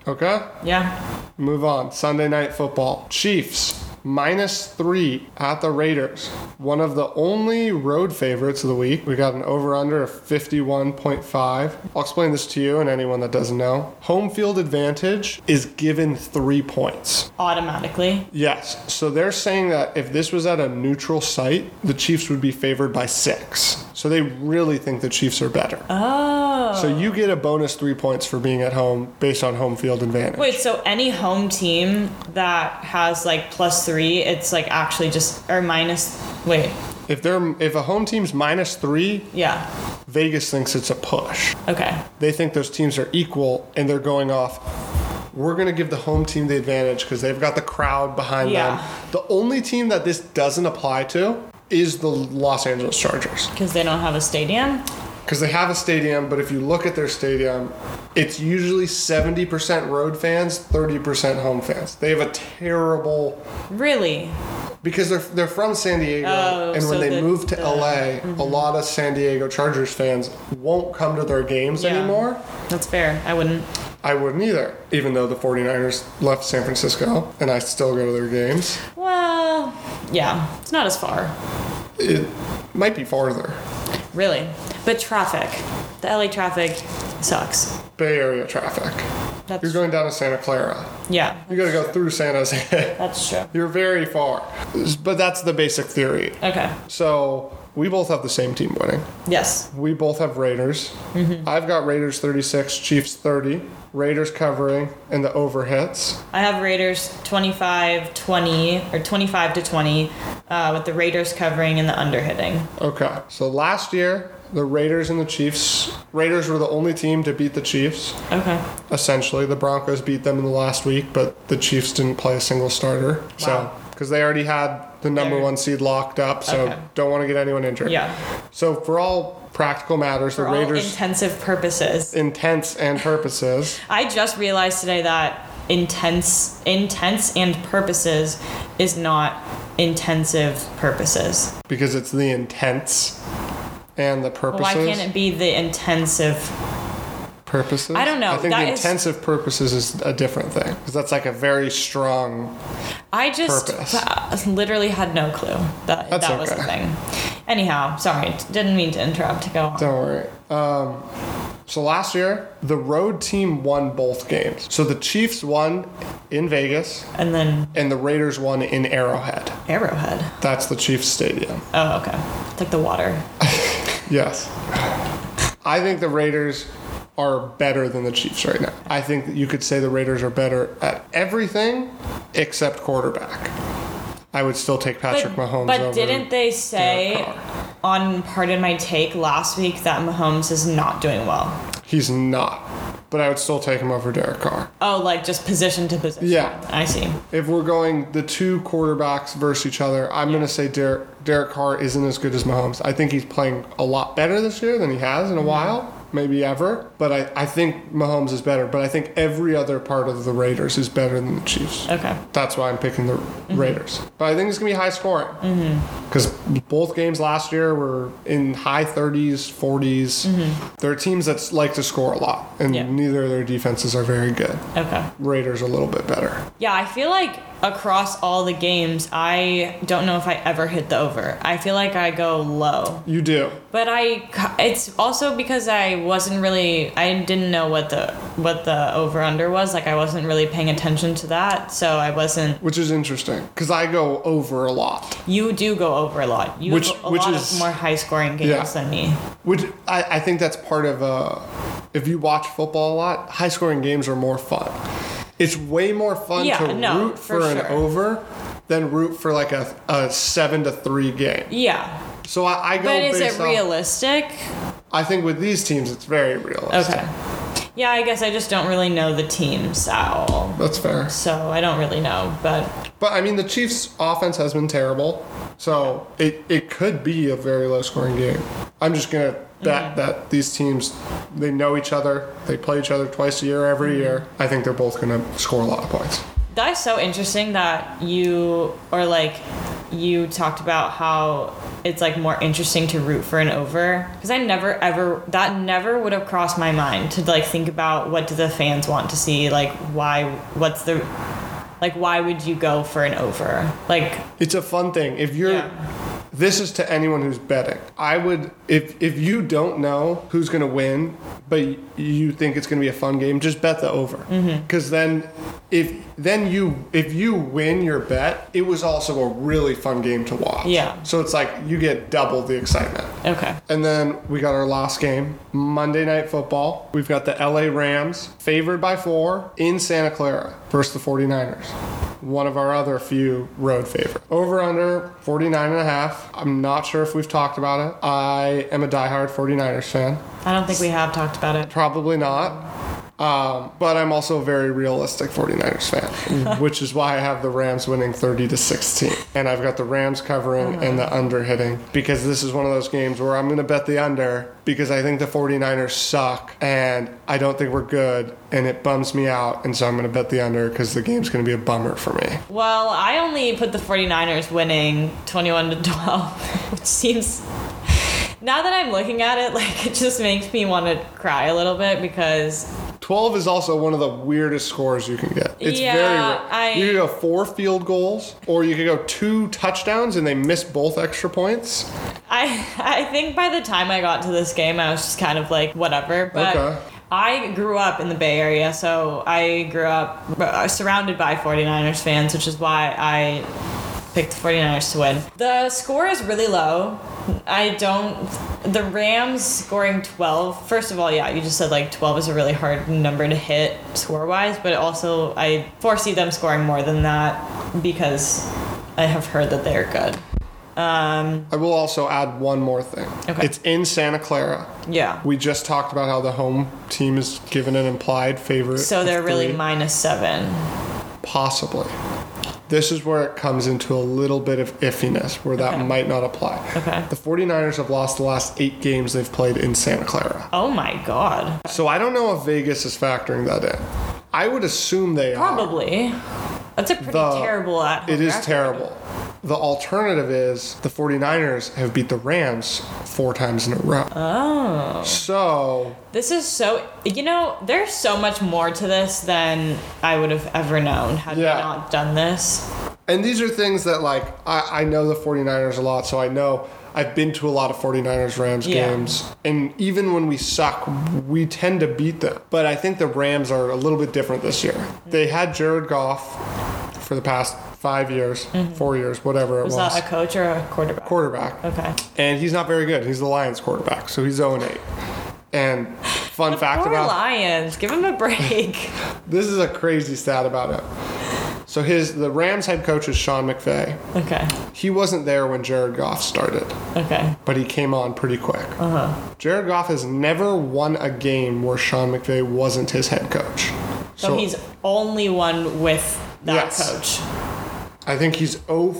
[SPEAKER 1] Okay?
[SPEAKER 2] Yeah.
[SPEAKER 1] Move on. Sunday night football. Chiefs minus three at the Raiders. One of the only road favorites of the week. We got an over under of 51.5. I'll explain this to you and anyone that doesn't know. Home field advantage is given three points.
[SPEAKER 2] Automatically.
[SPEAKER 1] Yes. So they're saying that if this was at a neutral site, the Chiefs would be favored by six. So they really think the Chiefs are better.
[SPEAKER 2] Oh.
[SPEAKER 1] So you get a bonus three points for being at home based on home field advantage.
[SPEAKER 2] Wait, so any home team that has like plus three, it's like actually just or minus. Wait,
[SPEAKER 1] If they're if a home team's minus three,
[SPEAKER 2] yeah,
[SPEAKER 1] Vegas thinks it's a push.
[SPEAKER 2] okay,
[SPEAKER 1] They think those teams are equal, and they're going off. We're gonna give the home team the advantage because they've got the crowd behind
[SPEAKER 2] Yeah.
[SPEAKER 1] them. The only team that this doesn't apply to is the Los Angeles Chargers
[SPEAKER 2] because they don't have a stadium.
[SPEAKER 1] because they have a stadium. But if you look at their stadium, it's usually seventy percent road fans, thirty percent home fans. They have a terrible
[SPEAKER 2] Really?
[SPEAKER 1] because they're they're from San Diego,
[SPEAKER 2] Oh,
[SPEAKER 1] and when
[SPEAKER 2] so
[SPEAKER 1] they
[SPEAKER 2] the-
[SPEAKER 1] move to
[SPEAKER 2] the- mm-hmm.
[SPEAKER 1] LA, a lot of San Diego Chargers fans won't come to their games
[SPEAKER 2] Yeah.
[SPEAKER 1] anymore.
[SPEAKER 2] That's fair. I wouldn't.
[SPEAKER 1] I wouldn't either, even though the 49ers left San Francisco, and I still go to their games.
[SPEAKER 2] Well, yeah, it's not as far,
[SPEAKER 1] It might be farther.
[SPEAKER 2] really. But traffic, the LA traffic sucks.
[SPEAKER 1] Bay Area traffic.
[SPEAKER 2] That's
[SPEAKER 1] You're going down to Santa Clara.
[SPEAKER 2] yeah.
[SPEAKER 1] You got to go through San Jose.
[SPEAKER 2] That's true.
[SPEAKER 1] You're very far. But that's the basic theory.
[SPEAKER 2] Okay.
[SPEAKER 1] So we both have the same team winning.
[SPEAKER 2] Yes.
[SPEAKER 1] We both have Raiders. I've got Raiders 36, Chiefs 30. Raiders covering and the over hits.
[SPEAKER 2] I have Raiders 25 20 or 25 to 20 uh, with the Raiders covering and the under hitting.
[SPEAKER 1] Okay. So last year, the Raiders and the Chiefs, Raiders were the only team to beat the Chiefs.
[SPEAKER 2] Okay.
[SPEAKER 1] Essentially, the Broncos beat them in the last week, but the Chiefs didn't play a single starter.
[SPEAKER 2] Wow.
[SPEAKER 1] So, because they already had the number
[SPEAKER 2] They're-
[SPEAKER 1] one seed locked up, so
[SPEAKER 2] Okay.
[SPEAKER 1] don't want to get anyone injured.
[SPEAKER 2] Yeah.
[SPEAKER 1] So, for all practical matters,
[SPEAKER 2] For
[SPEAKER 1] the Raiders'
[SPEAKER 2] all intensive purposes.
[SPEAKER 1] intents and purposes.
[SPEAKER 2] I just realized today that intense intents and purposes is not intensive purposes.
[SPEAKER 1] because it's the intents and the purposes.
[SPEAKER 2] Why can't it be the intensive?
[SPEAKER 1] purposes?
[SPEAKER 2] I don't know.
[SPEAKER 1] I think
[SPEAKER 2] That
[SPEAKER 1] the
[SPEAKER 2] is-
[SPEAKER 1] intensive purposes is a different thing because that's like a very strong.
[SPEAKER 2] I just
[SPEAKER 1] Purpose.
[SPEAKER 2] uh, literally had no clue that
[SPEAKER 1] That's
[SPEAKER 2] that was a
[SPEAKER 1] okay.
[SPEAKER 2] thing. Anyhow, sorry, didn't mean to interrupt. Go on.
[SPEAKER 1] Don't worry. Um, so last year, the road team won both games. So the Chiefs won in Vegas,
[SPEAKER 2] And then
[SPEAKER 1] and the Raiders won in Arrowhead.
[SPEAKER 2] Arrowhead.
[SPEAKER 1] That's the Chiefs Stadium.
[SPEAKER 2] Oh, okay. It's like the water.
[SPEAKER 1] Yes. I think the Raiders are better than the Chiefs right now. I think that you could say the Raiders are better at everything except quarterback. I would still take Patrick Mahomes
[SPEAKER 2] but
[SPEAKER 1] over.
[SPEAKER 2] didn't they say
[SPEAKER 1] Derek
[SPEAKER 2] on Pardon My Take last week that Mahomes is not doing well?
[SPEAKER 1] He's not. But I would still take him over Derek Carr.
[SPEAKER 2] Oh, like just position to position.
[SPEAKER 1] Yeah.
[SPEAKER 2] I see.
[SPEAKER 1] If we're going the two quarterbacks versus each other, I'm going to say Derek Derek Carr isn't as good as Mahomes. I think he's playing a lot better this year than he has
[SPEAKER 2] Mm-hmm.
[SPEAKER 1] in a while, maybe ever. But I, I think Mahomes is better. But I think every other part of the Raiders is better than the Chiefs.
[SPEAKER 2] Okay. Mm-hmm.
[SPEAKER 1] That's why I'm picking the Raiders. But I think it's going to be high scoring. Because both games last year were in high 30s, 40s. They're teams that like to score a lot, and
[SPEAKER 2] Mm-hmm. Yeah.
[SPEAKER 1] neither of their defenses are very good.
[SPEAKER 2] Okay.
[SPEAKER 1] Raiders a little bit better.
[SPEAKER 2] Yeah, I feel like across all the games, I don't know if I ever hit the over. I feel like I go low.
[SPEAKER 1] You do.
[SPEAKER 2] But I it's also because I wasn't really I didn't know what the what the over under was. Like I wasn't really paying attention to that. So I wasn't
[SPEAKER 1] Which is interesting because I go over a lot.
[SPEAKER 2] you do go over a lot. You
[SPEAKER 1] Which-
[SPEAKER 2] have a
[SPEAKER 1] which
[SPEAKER 2] lot
[SPEAKER 1] is-
[SPEAKER 2] of more high scoring games
[SPEAKER 1] Yeah.
[SPEAKER 2] than me.
[SPEAKER 1] Which I, I think that's part of uh, if you watch football a lot, high scoring games are more fun. It's way more fun
[SPEAKER 2] Yeah,
[SPEAKER 1] to
[SPEAKER 2] no,
[SPEAKER 1] root for,
[SPEAKER 2] for
[SPEAKER 1] an
[SPEAKER 2] sure.
[SPEAKER 1] over than root for like a, a seven to three game.
[SPEAKER 2] Yeah.
[SPEAKER 1] So I, I go.
[SPEAKER 2] But is
[SPEAKER 1] based
[SPEAKER 2] it
[SPEAKER 1] off-
[SPEAKER 2] realistic?
[SPEAKER 1] I think with these teams, it's very realistic.
[SPEAKER 2] Okay. Yeah, I guess I just don't really know the teams at all.
[SPEAKER 1] That's fair.
[SPEAKER 2] So I don't really know, but
[SPEAKER 1] But I mean, the Chiefs' offense has been terrible, so it, it could be a very low scoring game. I'm just gonna bet that these teams they know each other, they play each other twice a year every year. I think they're both gonna score a lot of points.
[SPEAKER 2] That is so interesting that you or like you talked about how it's like more interesting to root for an over because I never ever that never would have crossed my mind to like think about what do the fans want to see like why what's the like why would you go for an over like
[SPEAKER 1] It's a fun thing. If you're
[SPEAKER 2] Yeah.
[SPEAKER 1] this is to anyone who's betting. I would if if you don't know who's gonna win, but you think it's gonna be a fun game, just bet the over.
[SPEAKER 2] Mm-hmm.
[SPEAKER 1] Because then, if then you if you win your bet, it was also a really fun game to watch.
[SPEAKER 2] Yeah.
[SPEAKER 1] So it's like you get double the excitement.
[SPEAKER 2] okay
[SPEAKER 1] And then we got our last game, Monday Night Football. We've got the LA Rams, favored by four, in Santa Clara versus the 49ers. One of our other few road favorites. Over under 49 and a half. I'm not sure if we've talked about it. I am a diehard 49ers fan.
[SPEAKER 2] I don't think we have talked about it
[SPEAKER 1] Probably not. Um, but I'm also a very realistic 49ers fan, which is why I have the Rams winning 30 to 16. And I've got the Rams covering and the under hitting because this is one of those games where I'm going to bet the under because I think the 49ers suck and I don't think we're good and it bums me out. And so I'm going to bet the under because the game's going to be a bummer for me.
[SPEAKER 2] well I only put the 49ers winning 21 to 12 which seems now that I'm looking at it like it just makes me want to cry a little bit because
[SPEAKER 1] 12 is also one of the weirdest scores you can get. It's
[SPEAKER 2] Yeah,
[SPEAKER 1] very rare.
[SPEAKER 2] I-
[SPEAKER 1] you could go four field goals or you could go two touchdowns and they miss both extra points.
[SPEAKER 2] I I think by the time I got to this game, I was just kind of like whatever. But
[SPEAKER 1] Okay.
[SPEAKER 2] I grew up in the Bay Area, so I grew up uh, surrounded by 49ers fans, which is why I picked the 49ers to win. The score is really low. I don't. The Rams scoring 12. First of all, yeah, you just said like 12 is a really hard number to hit score wise, but also I foresee them scoring more than that because I have heard that they're good.
[SPEAKER 1] I will also add one more thing.
[SPEAKER 2] Okay.
[SPEAKER 1] It's in Santa Clara.
[SPEAKER 2] Yeah.
[SPEAKER 1] We just talked about how the home team is given an implied favorite.
[SPEAKER 2] So
[SPEAKER 1] of
[SPEAKER 2] they're really
[SPEAKER 1] three.
[SPEAKER 2] minus seven.
[SPEAKER 1] possibly. This is where it comes into a little bit of iffiness where that
[SPEAKER 2] Okay.
[SPEAKER 1] might not apply.
[SPEAKER 2] Okay.
[SPEAKER 1] The 49ers have lost the last 8 games they've played in Santa Clara.
[SPEAKER 2] Oh my god.
[SPEAKER 1] So I don't know if Vegas is factoring that in. I would assume they are.
[SPEAKER 2] Probably. That's a pretty
[SPEAKER 1] The-
[SPEAKER 2] terrible at
[SPEAKER 1] It is
[SPEAKER 2] record.
[SPEAKER 1] terrible. The alternative is the 49ers have beat the Rams 4 times in a row.
[SPEAKER 2] Oh.
[SPEAKER 1] So,
[SPEAKER 2] This is so you know, there's so much more to this than I would have ever known had
[SPEAKER 1] Yeah.
[SPEAKER 2] we not done this.
[SPEAKER 1] And these are things that, like, I, I know the 49ers a lot, so I know I've been to a lot of 49ers Rams
[SPEAKER 2] Yeah.
[SPEAKER 1] games. And even when we suck, we tend to beat them. But I think the Rams are a little bit different this year. They had Jared Goff for the past five years, four years, whatever it was.
[SPEAKER 2] Mm-hmm. Was that a coach or a quarterback?
[SPEAKER 1] quarterback.
[SPEAKER 2] okay.
[SPEAKER 1] And he's not very good. He's the Lions quarterback, so he's 0 8. And fun fact
[SPEAKER 2] Poor
[SPEAKER 1] about
[SPEAKER 2] Lions. Give him a break.
[SPEAKER 1] this is a crazy stat about it. So his the Rams head coach is Sean McVay.
[SPEAKER 2] okay.
[SPEAKER 1] He wasn't there when Jared Goff started,
[SPEAKER 2] Okay.
[SPEAKER 1] but he came on pretty quick.
[SPEAKER 2] Uh-huh.
[SPEAKER 1] Jared Goff has never won a game where Sean McVay wasn't his head coach.
[SPEAKER 2] So, he's only one with that
[SPEAKER 1] Yes.
[SPEAKER 2] coach.
[SPEAKER 1] I think he's 0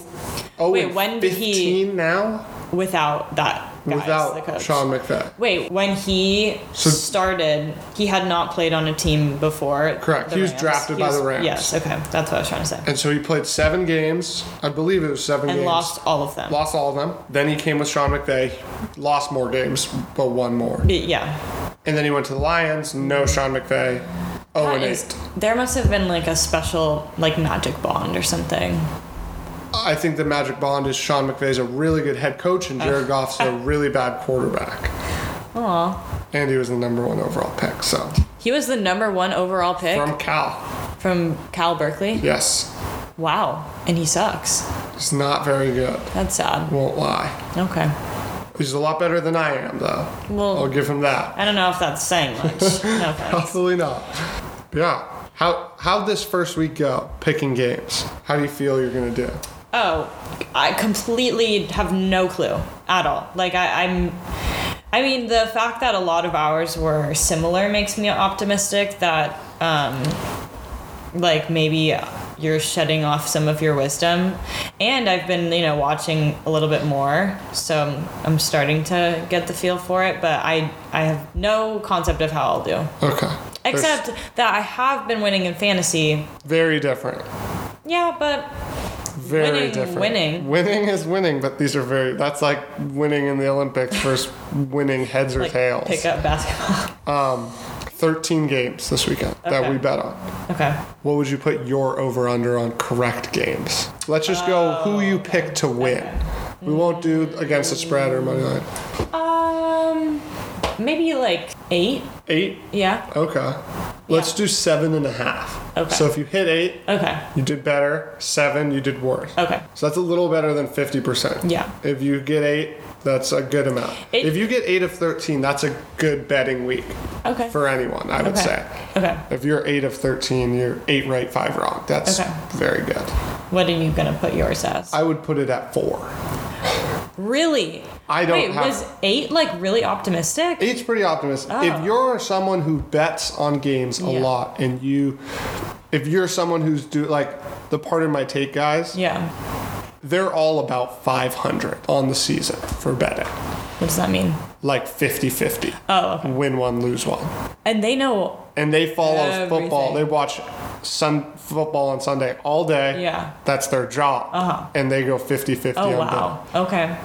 [SPEAKER 1] Oh,
[SPEAKER 2] Wait,
[SPEAKER 1] and
[SPEAKER 2] when did he-
[SPEAKER 1] 15 now?
[SPEAKER 2] without that guy as the
[SPEAKER 1] Without
[SPEAKER 2] coach.
[SPEAKER 1] Sean McVay.
[SPEAKER 2] Wait, when he
[SPEAKER 1] So-
[SPEAKER 2] started, he had not played on a team before.
[SPEAKER 1] Correct.
[SPEAKER 2] the
[SPEAKER 1] He was
[SPEAKER 2] Rams.
[SPEAKER 1] drafted by the Rams.
[SPEAKER 2] Yes, okay. That's what I was trying to say.
[SPEAKER 1] And so he played seven games. I believe it was seven
[SPEAKER 2] And
[SPEAKER 1] games.
[SPEAKER 2] lost all of them.
[SPEAKER 1] Lost all of them. Then he came with Sean McVay, lost more games, but won more.
[SPEAKER 2] Y- Yeah.
[SPEAKER 1] And then he went to the Lions, no Sean McVay, 0
[SPEAKER 2] That
[SPEAKER 1] Oh, and
[SPEAKER 2] is-
[SPEAKER 1] 8.
[SPEAKER 2] there must have been like a special like magic bond or something.
[SPEAKER 1] I think the magic bond is Sean McVay's a really good head coach and Jared Goff's a really bad quarterback.
[SPEAKER 2] Aw.
[SPEAKER 1] And he was the number one overall pick, so.
[SPEAKER 2] He was the number one overall pick
[SPEAKER 1] From Cal.
[SPEAKER 2] from Cal Berkeley.
[SPEAKER 1] Yes.
[SPEAKER 2] Wow. And he sucks.
[SPEAKER 1] He's not very good.
[SPEAKER 2] That's sad.
[SPEAKER 1] Won't lie.
[SPEAKER 2] Okay.
[SPEAKER 1] He's a lot better than I am, though.
[SPEAKER 2] Well-
[SPEAKER 1] I'll give him that.
[SPEAKER 2] I don't know if that's saying much. No offense.
[SPEAKER 1] Absolutely not. Yeah. How how'd this first week go? Picking games. How do you feel you're gonna do?
[SPEAKER 2] Oh, I completely have no clue at all. Like I, I'm, I mean, the fact that a lot of ours were similar makes me optimistic that, um, like maybe you're shedding off some of your wisdom, and I've been you know watching a little bit more, so I'm, I'm starting to get the feel for it. But I, I have no concept of how I'll do,
[SPEAKER 1] Okay. There's-
[SPEAKER 2] except that I have been winning in fantasy.
[SPEAKER 1] very different.
[SPEAKER 2] Yeah, but
[SPEAKER 1] Very
[SPEAKER 2] Winning,
[SPEAKER 1] different.
[SPEAKER 2] winning.
[SPEAKER 1] Winning is winning, but these are very that's like winning in the Olympics versus winning heads or
[SPEAKER 2] like
[SPEAKER 1] tails.
[SPEAKER 2] pick up basketball.
[SPEAKER 1] Um thirteen games this weekend that
[SPEAKER 2] Okay.
[SPEAKER 1] we bet on.
[SPEAKER 2] okay.
[SPEAKER 1] What would you put your over under on correct games? Let's just go
[SPEAKER 2] Oh,
[SPEAKER 1] who you pick to win. We won't do
[SPEAKER 2] Mm.
[SPEAKER 1] against the spread or money line.
[SPEAKER 2] Um, maybe like eight.
[SPEAKER 1] Eight
[SPEAKER 2] Yeah.
[SPEAKER 1] Okay. Let's do seven and a half.
[SPEAKER 2] Okay.
[SPEAKER 1] So if you hit eight,
[SPEAKER 2] Okay.
[SPEAKER 1] you did better. Seven, you did worse.
[SPEAKER 2] Okay.
[SPEAKER 1] So that's a little better than 50%.
[SPEAKER 2] Yeah.
[SPEAKER 1] If you get eight, that's a good amount.
[SPEAKER 2] It-
[SPEAKER 1] if you get eight of 13, that's a good betting week
[SPEAKER 2] Okay.
[SPEAKER 1] for anyone, I would
[SPEAKER 2] okay.
[SPEAKER 1] say.
[SPEAKER 2] Okay.
[SPEAKER 1] If you're eight of 13, you're eight right, five wrong. That's
[SPEAKER 2] Okay.
[SPEAKER 1] very good.
[SPEAKER 2] What are you gonna put yours as?
[SPEAKER 1] I would put it at four.
[SPEAKER 2] really?
[SPEAKER 1] I don't
[SPEAKER 2] Wait,
[SPEAKER 1] have-
[SPEAKER 2] was eight like really optimistic?
[SPEAKER 1] Eight's pretty optimistic.
[SPEAKER 2] Oh.
[SPEAKER 1] If you're someone who bets on games a
[SPEAKER 2] Yeah.
[SPEAKER 1] lot and you, if you're someone who's do like the part of my take guys,
[SPEAKER 2] yeah.
[SPEAKER 1] they're all about 500 on the season for betting
[SPEAKER 2] What does that mean?
[SPEAKER 1] like 50-50
[SPEAKER 2] Oh,
[SPEAKER 1] win one lose one
[SPEAKER 2] and they know.
[SPEAKER 1] and they follow
[SPEAKER 2] Everything.
[SPEAKER 1] football they watch sun football on sunday all day
[SPEAKER 2] Yeah.
[SPEAKER 1] that's their job
[SPEAKER 2] Uh-huh.
[SPEAKER 1] and they go 50-50
[SPEAKER 2] Oh
[SPEAKER 1] on
[SPEAKER 2] wow. Okay.
[SPEAKER 1] betting.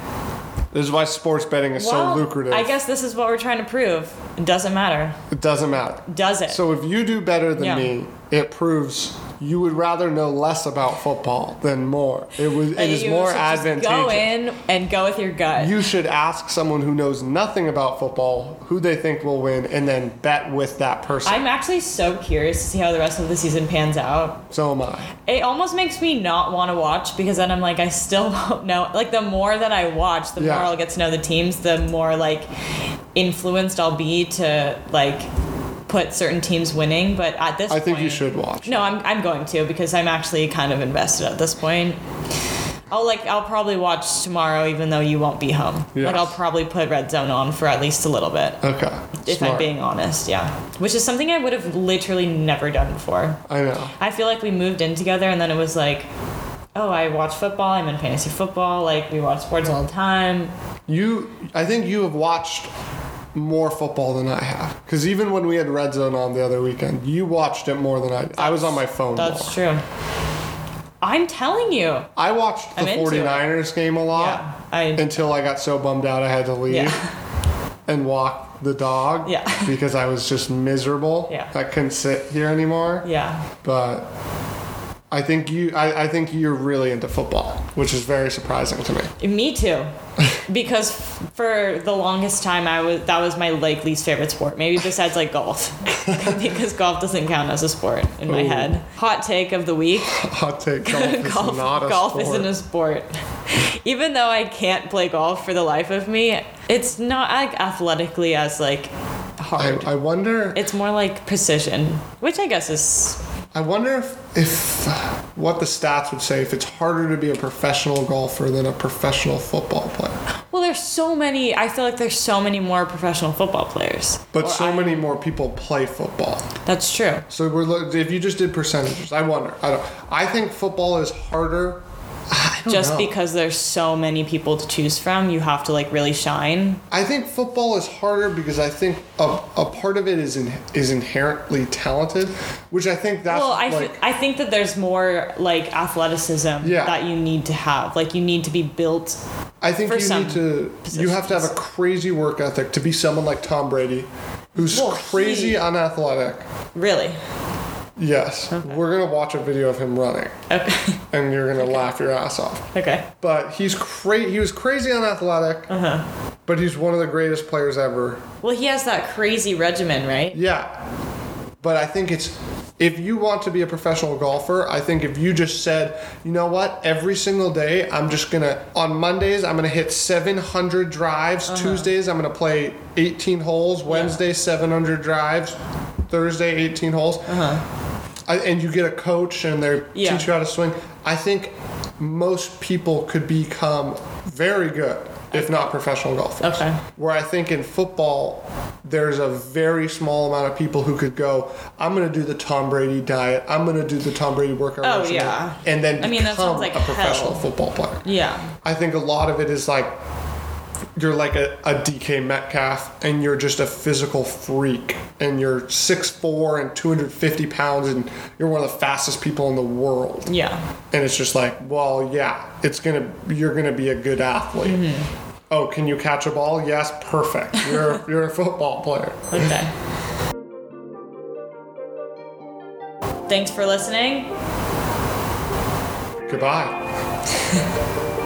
[SPEAKER 1] this is why sports betting is
[SPEAKER 2] well,
[SPEAKER 1] so lucrative
[SPEAKER 2] I guess this is what we're trying to prove. It doesn't matter,
[SPEAKER 1] it doesn't matter
[SPEAKER 2] does it?
[SPEAKER 1] so if you do better than
[SPEAKER 2] Yeah.
[SPEAKER 1] me it proves you would rather know less about football than more it was it
[SPEAKER 2] Like,
[SPEAKER 1] is
[SPEAKER 2] you
[SPEAKER 1] more
[SPEAKER 2] should just
[SPEAKER 1] advantageous
[SPEAKER 2] Go in and go with your gut.
[SPEAKER 1] You should ask someone who knows nothing about football who they think will win and then bet with that person.
[SPEAKER 2] I'm actually so curious to see how the rest of the season pans out.
[SPEAKER 1] so am I.
[SPEAKER 2] It almost makes me not want to watch because then I'm like, I still don't know. Like, the more that I watch, the
[SPEAKER 1] Yeah.
[SPEAKER 2] more I'll get to know the teams, the more like influenced I'll be to like put certain teams winning. But at this
[SPEAKER 1] I think you
[SPEAKER 2] point-
[SPEAKER 1] should watch.
[SPEAKER 2] No, I'm, I'm going to because I'm actually kind of invested at this point. I'll like I'll probably watch tomorrow even though you won't be home.
[SPEAKER 1] Yes.
[SPEAKER 2] Like I'll probably put Red Zone on for at least a little bit.
[SPEAKER 1] Okay.
[SPEAKER 2] If I'm
[SPEAKER 1] Smart.
[SPEAKER 2] being honest, yeah. Which is something I would have literally never done before.
[SPEAKER 1] I know.
[SPEAKER 2] I feel like we moved in together and then it was like, oh, I watch football, I'm in fantasy football, like we watch sports all the time.
[SPEAKER 1] You I think you have watched more football than I have. Because even when we had Red Zone on the other weekend, you watched it more than I did. I was on my phone
[SPEAKER 2] That's
[SPEAKER 1] more.
[SPEAKER 2] true. I'm telling you.
[SPEAKER 1] I watched the
[SPEAKER 2] I'm into it.
[SPEAKER 1] 49ers game a lot
[SPEAKER 2] Yeah. I
[SPEAKER 1] until I got so bummed out I had to leave.
[SPEAKER 2] yeah.
[SPEAKER 1] and walk the dog
[SPEAKER 2] Yeah.
[SPEAKER 1] because I was just miserable.
[SPEAKER 2] Yeah.
[SPEAKER 1] I couldn't sit here anymore.
[SPEAKER 2] Yeah.
[SPEAKER 1] But I think you I, I think you're really into football, which is very surprising to me.
[SPEAKER 2] Me too. Because f- for the longest time I was that was my like least favorite sport, maybe besides like golf. because golf doesn't count as a sport in my
[SPEAKER 1] Ooh.
[SPEAKER 2] head. Hot take of the week.
[SPEAKER 1] I'll take golf,
[SPEAKER 2] golf,
[SPEAKER 1] is not a
[SPEAKER 2] golf
[SPEAKER 1] sport.
[SPEAKER 2] isn't a sport. Even though I can't play golf for the life of me, it's not like athletically as like hard.
[SPEAKER 1] I, I wonder
[SPEAKER 2] it's more like precision, which I guess is
[SPEAKER 1] I wonder if, if what the stats would say if it's harder to be a professional golfer than a professional football player.
[SPEAKER 2] well. There's so many. I feel like there's so many more professional football players.
[SPEAKER 1] But
[SPEAKER 2] Or
[SPEAKER 1] so
[SPEAKER 2] I-
[SPEAKER 1] many more people play football.
[SPEAKER 2] That's true.
[SPEAKER 1] So we're look- if you just did percentages, I wonder. I don't. I think football is harder. don't
[SPEAKER 2] just
[SPEAKER 1] know.
[SPEAKER 2] because there's so many people to choose from, you have to like really shine.
[SPEAKER 1] I think football is harder because I think a, a part of it is in, is inherently talented, which I think that's
[SPEAKER 2] Well, I, f-
[SPEAKER 1] like
[SPEAKER 2] I think that there's more like athleticism
[SPEAKER 1] Yeah.
[SPEAKER 2] that you need to have. Like you need to be built.
[SPEAKER 1] I think
[SPEAKER 2] for
[SPEAKER 1] you
[SPEAKER 2] some
[SPEAKER 1] need to you have to have a crazy work ethic to be someone like Tom Brady, who's
[SPEAKER 2] Well,
[SPEAKER 1] crazy
[SPEAKER 2] he-
[SPEAKER 1] unathletic.
[SPEAKER 2] Really?
[SPEAKER 1] Yes, we're gonna watch a video of him running,
[SPEAKER 2] Okay.
[SPEAKER 1] and you're gonna laugh your ass off.
[SPEAKER 2] okay.
[SPEAKER 1] But he's cra- he was crazy unathletic, but he's one of the greatest players ever.
[SPEAKER 2] Well, he has that crazy regimen, right?
[SPEAKER 1] Yeah. But I think it's if you want to be a professional golfer, I think if you just said, you know what, every single day I'm just gonna on Mondays I'm gonna hit 700 drives,
[SPEAKER 2] Uh-huh.
[SPEAKER 1] Tuesdays I'm gonna play 18 holes, Wednesday 700 drives, Thursday 18 holes, I, and you get a coach and they
[SPEAKER 2] Uh-huh. Yeah.
[SPEAKER 1] teach you how to swing. I think most people could become very good, if not professional golfers.
[SPEAKER 2] Okay.
[SPEAKER 1] Where I think in football, there's a very small amount of people who could go, I'm going to do the Tom Brady diet. I'm going to do the Tom Brady workout.
[SPEAKER 2] Oh,
[SPEAKER 1] regimen,"
[SPEAKER 2] yeah.
[SPEAKER 1] And then
[SPEAKER 2] I mean, that
[SPEAKER 1] become
[SPEAKER 2] sounds like
[SPEAKER 1] a professional
[SPEAKER 2] hell.
[SPEAKER 1] football player.
[SPEAKER 2] Yeah.
[SPEAKER 1] I think a lot of it is like you're like a, a DK Metcalf and you're just a physical freak and you're 6'4 and 250 pounds and you're one of the fastest people in the world
[SPEAKER 2] Yeah.
[SPEAKER 1] and it's just like, well, yeah, it's gonna, you're gonna be a good athlete. Oh, can you catch a ball? Yes, perfect. You're you're a football player.
[SPEAKER 2] Okay. Thanks for listening.
[SPEAKER 1] Goodbye.